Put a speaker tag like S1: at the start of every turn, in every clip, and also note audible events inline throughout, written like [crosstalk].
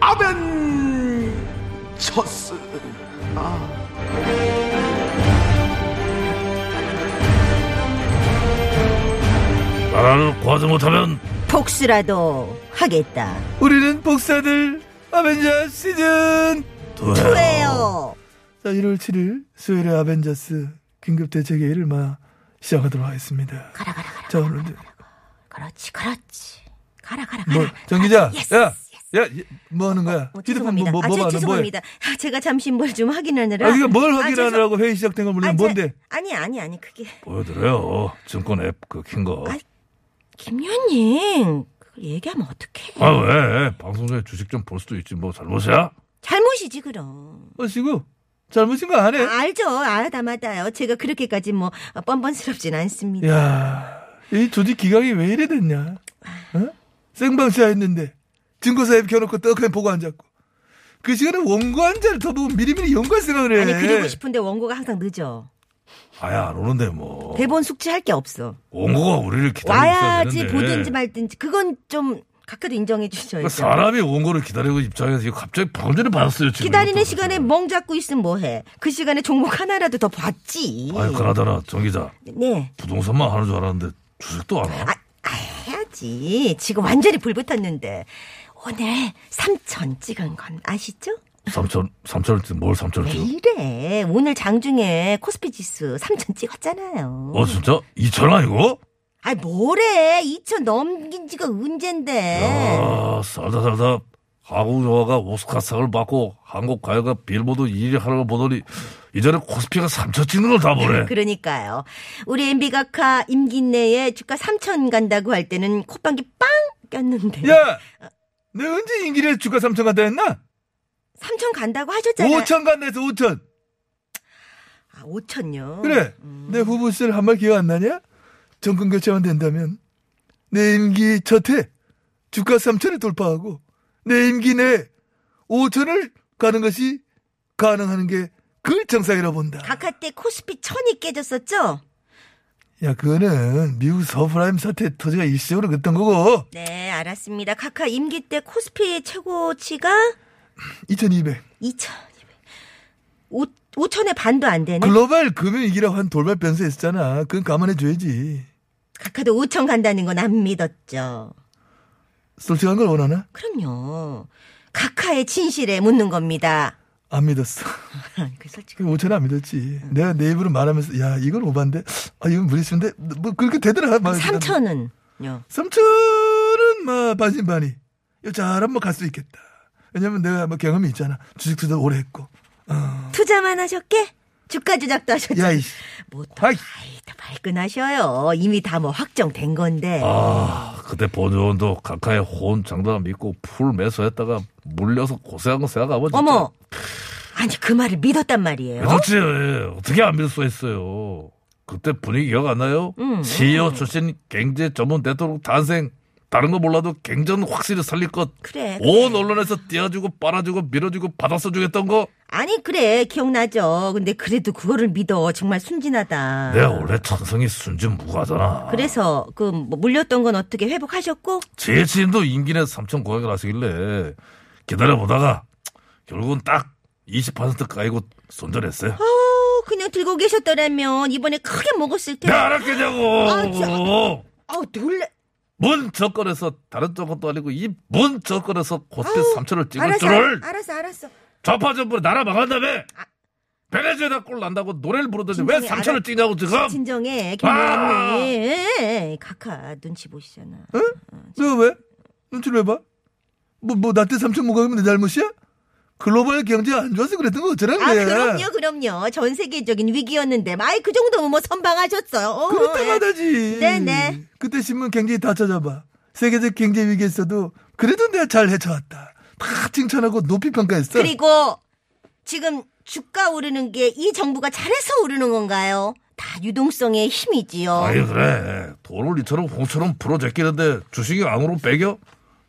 S1: 아벤처스.
S2: 나라를 구하지 못하면
S3: 복수라도 하겠다.
S4: 우리는 복사들 아벤져스 시즌
S3: 왜요?
S4: 자 1월 7일 수요일에 아벤져스 긴급대책의 일을 마 시작하도록 하겠습니다
S3: 가라 가라 가라.
S4: 자 오늘 이제
S3: 그렇지 그렇지. 가라 가라 가라. 아,
S4: 뭐 정기자
S3: 예스,
S4: 야야뭐 하는 거야
S3: 어,
S4: 휴대폰
S3: 죄송합니다.
S4: 뭐, 뭐,
S3: 아,
S4: 뭐
S3: 제,
S4: 하는 거야
S3: 죄송합니다. 아, 제가 잠시 뭘 좀 확인하느라.
S4: 아, 그러니까 뭘
S3: 아,
S4: 확인하느라고 회의 시작된 걸
S3: 죄송-
S4: 몰라 뭔데
S3: 아, 니 아니 아니 그게
S2: 보여드려요. 증권 앱 그 킨 거.
S3: 아이. 김연님 그걸 얘기하면 어떡해?
S2: 아 왜? 방송 중에 주식 좀 볼 수도 있지 뭐 잘못이야?
S3: 잘못이지 그럼.
S4: 어 지금 잘못인 거 안 해?
S3: 아, 알죠 알다 마다요. 제가 그렇게까지 뭐 아, 뻔뻔스럽진 않습니다.
S4: 야, 이 조직 기강이 왜 이래 됐냐? 어? 생방시야 했는데 증거사입 켜놓고 떡하니 보고 앉았고 그 시간에 원고 한자를 더 보고 미리미리 연구할 생각을 해.
S3: 아니 그리고 싶은데 원고가 항상 늦어.
S2: 아야 안 오는데
S4: 어.
S2: 뭐.
S3: 대본 숙지할 게 없어.
S2: 원고가 우리를 기다리고
S3: 와야지
S2: 있어야 되는데.
S3: 보든지 말든지 그건 좀 각하도 인정해
S2: 그러니까
S3: 주셔야죠.
S4: 아,
S2: 사람이 원고를 기다리고 입장에서 이거 갑자기 방전을 받았어요 지금.
S3: 기다리는
S2: 이것도.
S3: 시간에 멍 잡고 있으면 뭐해? 그 시간에 종목 하나라도 더 봤지.
S2: 아유 그나저나 정 기자
S3: 네,
S2: 부동산만 하는 줄 알았는데 주식도 안 와.
S3: 아, 아, 해야지. 지금 완전히 불 붙었는데 오늘 삼천 찍은 건 아시죠?
S2: 삼천 삼천을 찍- 뭘 삼천을
S3: 왜
S2: 찍어?
S3: 이래? 오늘 장중에 코스피 지수 삼천 찍었잖아요.
S2: 어 진짜 이천 아니고?
S3: 아 뭐래? 2천 넘긴 지가 언젠데?
S2: 야, 살다 살다 아, 한국 영화가 오스카상을 받고 한국 가요가 빌보드 1위 하는 걸 보더니 이제는 코스피가 3천 찍는 걸 다 보네.
S3: 그러니까요. 우리 MB가카 임기내에 주가 3천 간다고 할 때는 콧방귀 빵 꼈는데.
S4: 야, 내가 언제 인기를 주가 3천 간다 했나?
S3: 3천 간다고 하셨잖아요.
S4: 5천 간다 해서 5천.
S3: 아, 5천요.
S4: 그래,
S3: 음,
S4: 내 후보 시절 한 말 기억 안 나냐? 정권 교체만 된다면 내 임기 첫해 주가 3천을 돌파하고 내 임기 내에 5천을 가는 것이 가능하는 게 그걸 정상이라 본다.
S3: 각하 때 코스피 천이 깨졌었죠?
S4: 야, 그거는 미국 서프라임 사태 터지가 일시적으로 그랬던 거고.
S3: 네, 알았습니다. 각하 임기 때 코스피 최고치가
S4: 2200.
S3: 2천. 5천의 반도 안 되네.
S4: 글로벌 금융위기라고 한 돌발 변수 있었잖아. 그건 감안해줘야지.
S3: 각하도 5천 간다는 건 안 믿었죠.
S4: 솔직한 걸 원하나?
S3: 그럼요. 각하의 진실에 묻는 겁니다. [laughs]
S4: 안 믿었어. [laughs]
S3: 그 솔직히.
S4: 그 5천은 안 믿었지. 내가 내 입으로 말하면서, 야, 이건 오반데? 아, 이건 무리수인데? 뭐, 그렇게 되더라. 막.
S3: 3천은요.
S4: 삼촌은 막 반신반의. 요잘한번 뭐 갈 수 있겠다. 왜냐면 내가 뭐 경험이 있잖아. 주식 투자 오래 했고.
S3: 투자만 하셨게? 주가 조작도 하셨죠?
S4: 야, 이씨.
S3: 뭐또
S4: 아이.
S3: 발끈하셔요. 이미 다 뭐 확정된 건데.
S2: 아, 그때 본의원도 각하의 호언 장담 믿고 풀 매수했다가 물려서 고생한 거 생각하면 진짜
S3: 어머. 아니 그 말을 믿었단 말이에요.
S4: 어?
S2: 도대체 어떻게 안 믿을 수가 있어요. 그때 분위기 기억 안 나요?
S3: 음,
S2: CEO 출신 경제 전문 대통령 탄생. 다른 거 몰라도 경제는 확실히 살릴 것.
S3: 그래,
S2: 온 언론에서 띄워주고 빨아주고 밀어주고 받아서 주겠던 거.
S3: 아니 그래 기억나죠. 근데 그래도 그거를 믿어 정말 순진하다.
S4: 네.
S2: 내가 원래 천성이 순진무구하잖아.
S3: 그래서 그뭐 물렸던 건 어떻게 회복하셨고?
S2: 제 지인도 임기내 3천 고액을 하시길래 기다려보다가 결국은 딱 20% 까이고 손절했어요.
S3: 어, 그냥 들고 계셨더라면 이번에 크게 먹었을 텐데.
S4: 네.
S2: 내가 알았겠냐고!
S3: 아, 진짜. 아우 놀래.
S2: 문 저건에서 다른 저건도 아니고 이 문 저건에서 코스피
S3: 아우,
S2: 3천을 찍을
S3: 알았어, 아,
S2: 줄을
S3: 알았어, 알았어.
S2: 좌파전부로 나라 망한다며 베네수엘라 꼴 난다고 노래를 부르더니 왜
S3: 진정해,
S2: 3천을
S3: 아. 알아-
S2: 찍냐고 지금
S3: 진정해,
S2: 아!
S3: 김영님. 각하 눈치 보시잖아.
S4: 너 왜? 눈치를 왜 봐? 뭐, 뭐, 나때 삼촌 못 가면 내 잘못이야? 글로벌 경제가 안 좋아서 그랬던 거 어쩌라는
S3: 아,
S4: 거야.
S3: 그럼요, 그럼요. 전 세계적인 위기였는데, 마이 그 정도면 뭐 선방하셨어요. 어,
S4: 그럴
S3: 예.
S4: 때마다지.
S3: 네네.
S4: 그때 신문 굉장히 다 찾아봐. 세계적 경제 위기에서도 그래도 내가 잘 헤쳐왔다. 다 칭찬하고 높이 평가했어.
S3: 그리고 지금 주가 오르는 게 이 정부가 잘해서 오르는 건가요? 다 유동성의 힘이지요.
S2: 아니 그래 돈을 이처럼 홍처럼 풀어제끼는데 주식이 앙으로 빼겨?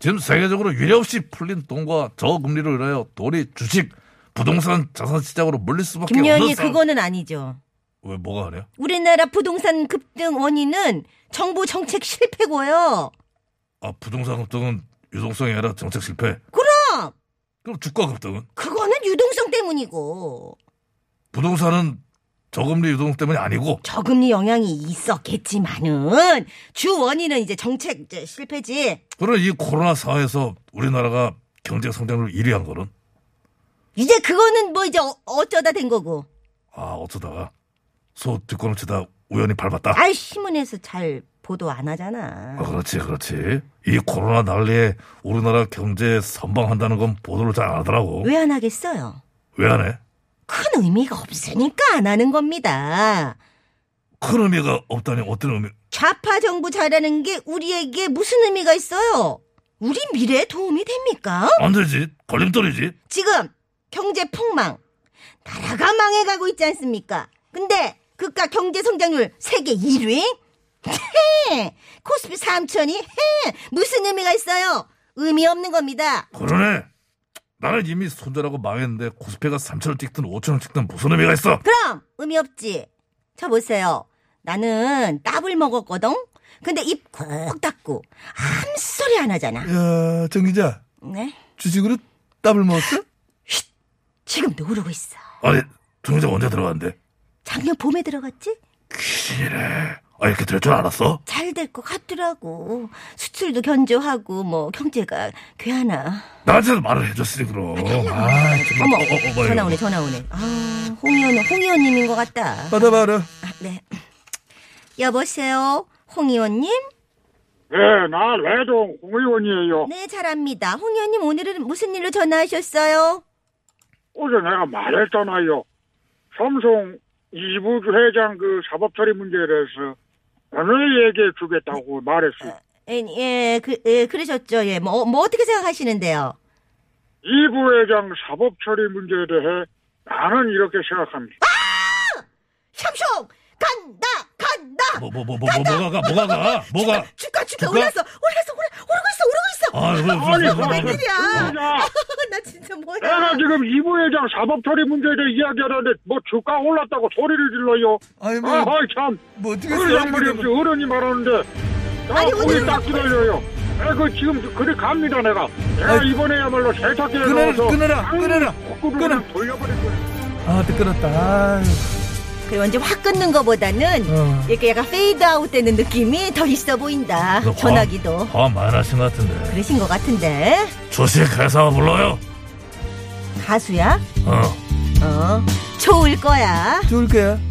S2: 지금 세계적으로 유례없이 풀린 돈과 저금리로 인하여 돈이 주식, 부동산, 자산 시장으로 몰릴 수밖에
S3: 김여희
S2: 없는 상황.
S3: 그거는 아니죠.
S2: 왜 뭐가 그래요?
S3: 우리나라 부동산 급등 원인은 정부 정책 실패고요.
S2: 아 부동산 급등은 유동성이 아니라 정책 실패.
S3: 그럼
S2: 그럼 주가 급등은?
S3: 그거는 유동성 때문이고
S2: 부동산은 저금리 유동 때문이 아니고
S3: 저금리 영향이 있었겠지만은 주 원인은 이제 정책 이제 실패지.
S2: 그런 이 코로나 사회에서 우리나라가 경제 성장률 1위한 거는
S3: 이제 그거는 뭐 이제 어- 어쩌다 된 거고.
S2: 아 어쩌다가 소 뒷걸음 치다 우연히 밟았다.
S3: 아이 신문에서 잘 보도 안 하잖아.
S2: 아, 그렇지, 그렇지. 이 코로나 난리에 우리나라 경제 선방한다는 건 보도를 잘 안 하더라고.
S3: 왜 안 하겠어요?
S2: 왜 안 해?
S3: 큰 의미가 없으니까 안 하는 겁니다.
S2: 큰 의미가 없다니 어떤 의미?
S3: 좌파 정부 잘하는 게 우리에게 무슨 의미가 있어요? 우리 미래에 도움이 됩니까?
S2: 안 되지. 걸림돌이지.
S3: 지금 경제 폭망, 나라가 망해가고 있지 않습니까? 근데 그깟 경제 성장률 세계 1위? [laughs] 헤 코스피 3천이 [laughs] 헤 무슨 의미가 있어요? 의미 없는 겁니다.
S2: 그러네. 나는 이미 손절하고 망했는데 코스피가 3천원 찍든 5천원 찍든 무슨 의미가 있어?
S3: 그럼 의미 없지. 저 보세요. 나는 따블 먹었거든. 근데 입 콕 닫고 아무 소리 안 하잖아.
S4: 야, 정 기자,
S3: 네?
S4: 주식으로 답을 먹었어?
S3: 지금 노르고 있어.
S2: 아니, 중요자 언제 들어갔는데?
S3: 작년 봄에 들어갔지?
S2: 아, 이렇게 될 줄 알았어?
S3: 잘 될 것 같더라고. 수출도 견조하고 뭐 경제가 괴하나.
S2: 나한테도 말을 해줬으니 그럼. 아,
S3: 어머,
S2: 정말. 어, 어, 어,
S3: 전화
S2: 이거.
S3: 오네, 전화 오네. 아, 홍의원, 홍의원님인 것 같다.
S4: 받아봐라.
S3: 아, 네. 여보세요, 홍의원님?
S5: 네, 나 레동 공의원이에요.
S3: 네, 잘합니다. 홍의원님 오늘은 무슨 일로 전화하셨어요?
S5: 어제 내가 말했잖아요. 삼성 이부주 회장 그 사법처리 문제에 대해서 오늘 얘기해 주겠다고 말했어요.
S3: 예, 예, 그, 예, 그러셨죠. 예, 뭐, 뭐 어떻게 생각하시는데요?
S5: 이부 회장 사법처리 문제에 대해 나는 이렇게 생각합니다.
S3: 샴숑! 간다! 간다!
S2: 뭐, 뭐, 뭐, 뭐, 뭐, 뭐가 가, 뭐가 가, 뭐가.
S3: 주가, 주가,
S2: 주가?
S3: 올랐어! 올랐어! 올라, 오르고 있어! 오르고 있어!
S2: 아,
S3: [laughs]
S2: 그래, 그래,
S5: 아니,
S2: 그래,
S5: 뭐,
S2: 그래, 그래.
S3: 웬일이야!
S5: 야,
S3: 나 진짜 뭐야.
S5: 내가 지금 이부 회장 사법처리 문제에 대해 이야기하는데 뭐 주가 올랐다고 소리를 질러요.
S4: 아니, 뭐,
S5: 아이 참.
S4: 뭐 어떻게
S5: 그걸 양반이 없이
S4: 써요?
S5: 어른이 말하는데 나
S3: 아니,
S5: 거기
S3: 오늘은
S5: 딱 기다려요. 아, 그 지금 그래 갑니다 내가. 내가
S4: 아이,
S5: 이번에야말로 세탁기에
S4: 끊어라,
S5: 넣어서
S4: 끊어라, 끊어라, 끊어.
S5: 끊어 돌려버릴 거야.
S4: 아, 또 끊었다. 아유,
S3: 그리고 이제 확 끊는 거보다는
S4: 어.
S3: 이렇게 약간 페이드 아웃 되는 느낌이 더 있어 보인다.
S2: 그래서
S3: 전화기도.
S2: 화, 화 많이 나신 것 같은데.
S3: 그러신 것 같은데.
S2: 주식 회사 불러요.
S3: 가수야?
S2: 어.
S3: 어. 좋을 거야.
S4: 좋을 거야.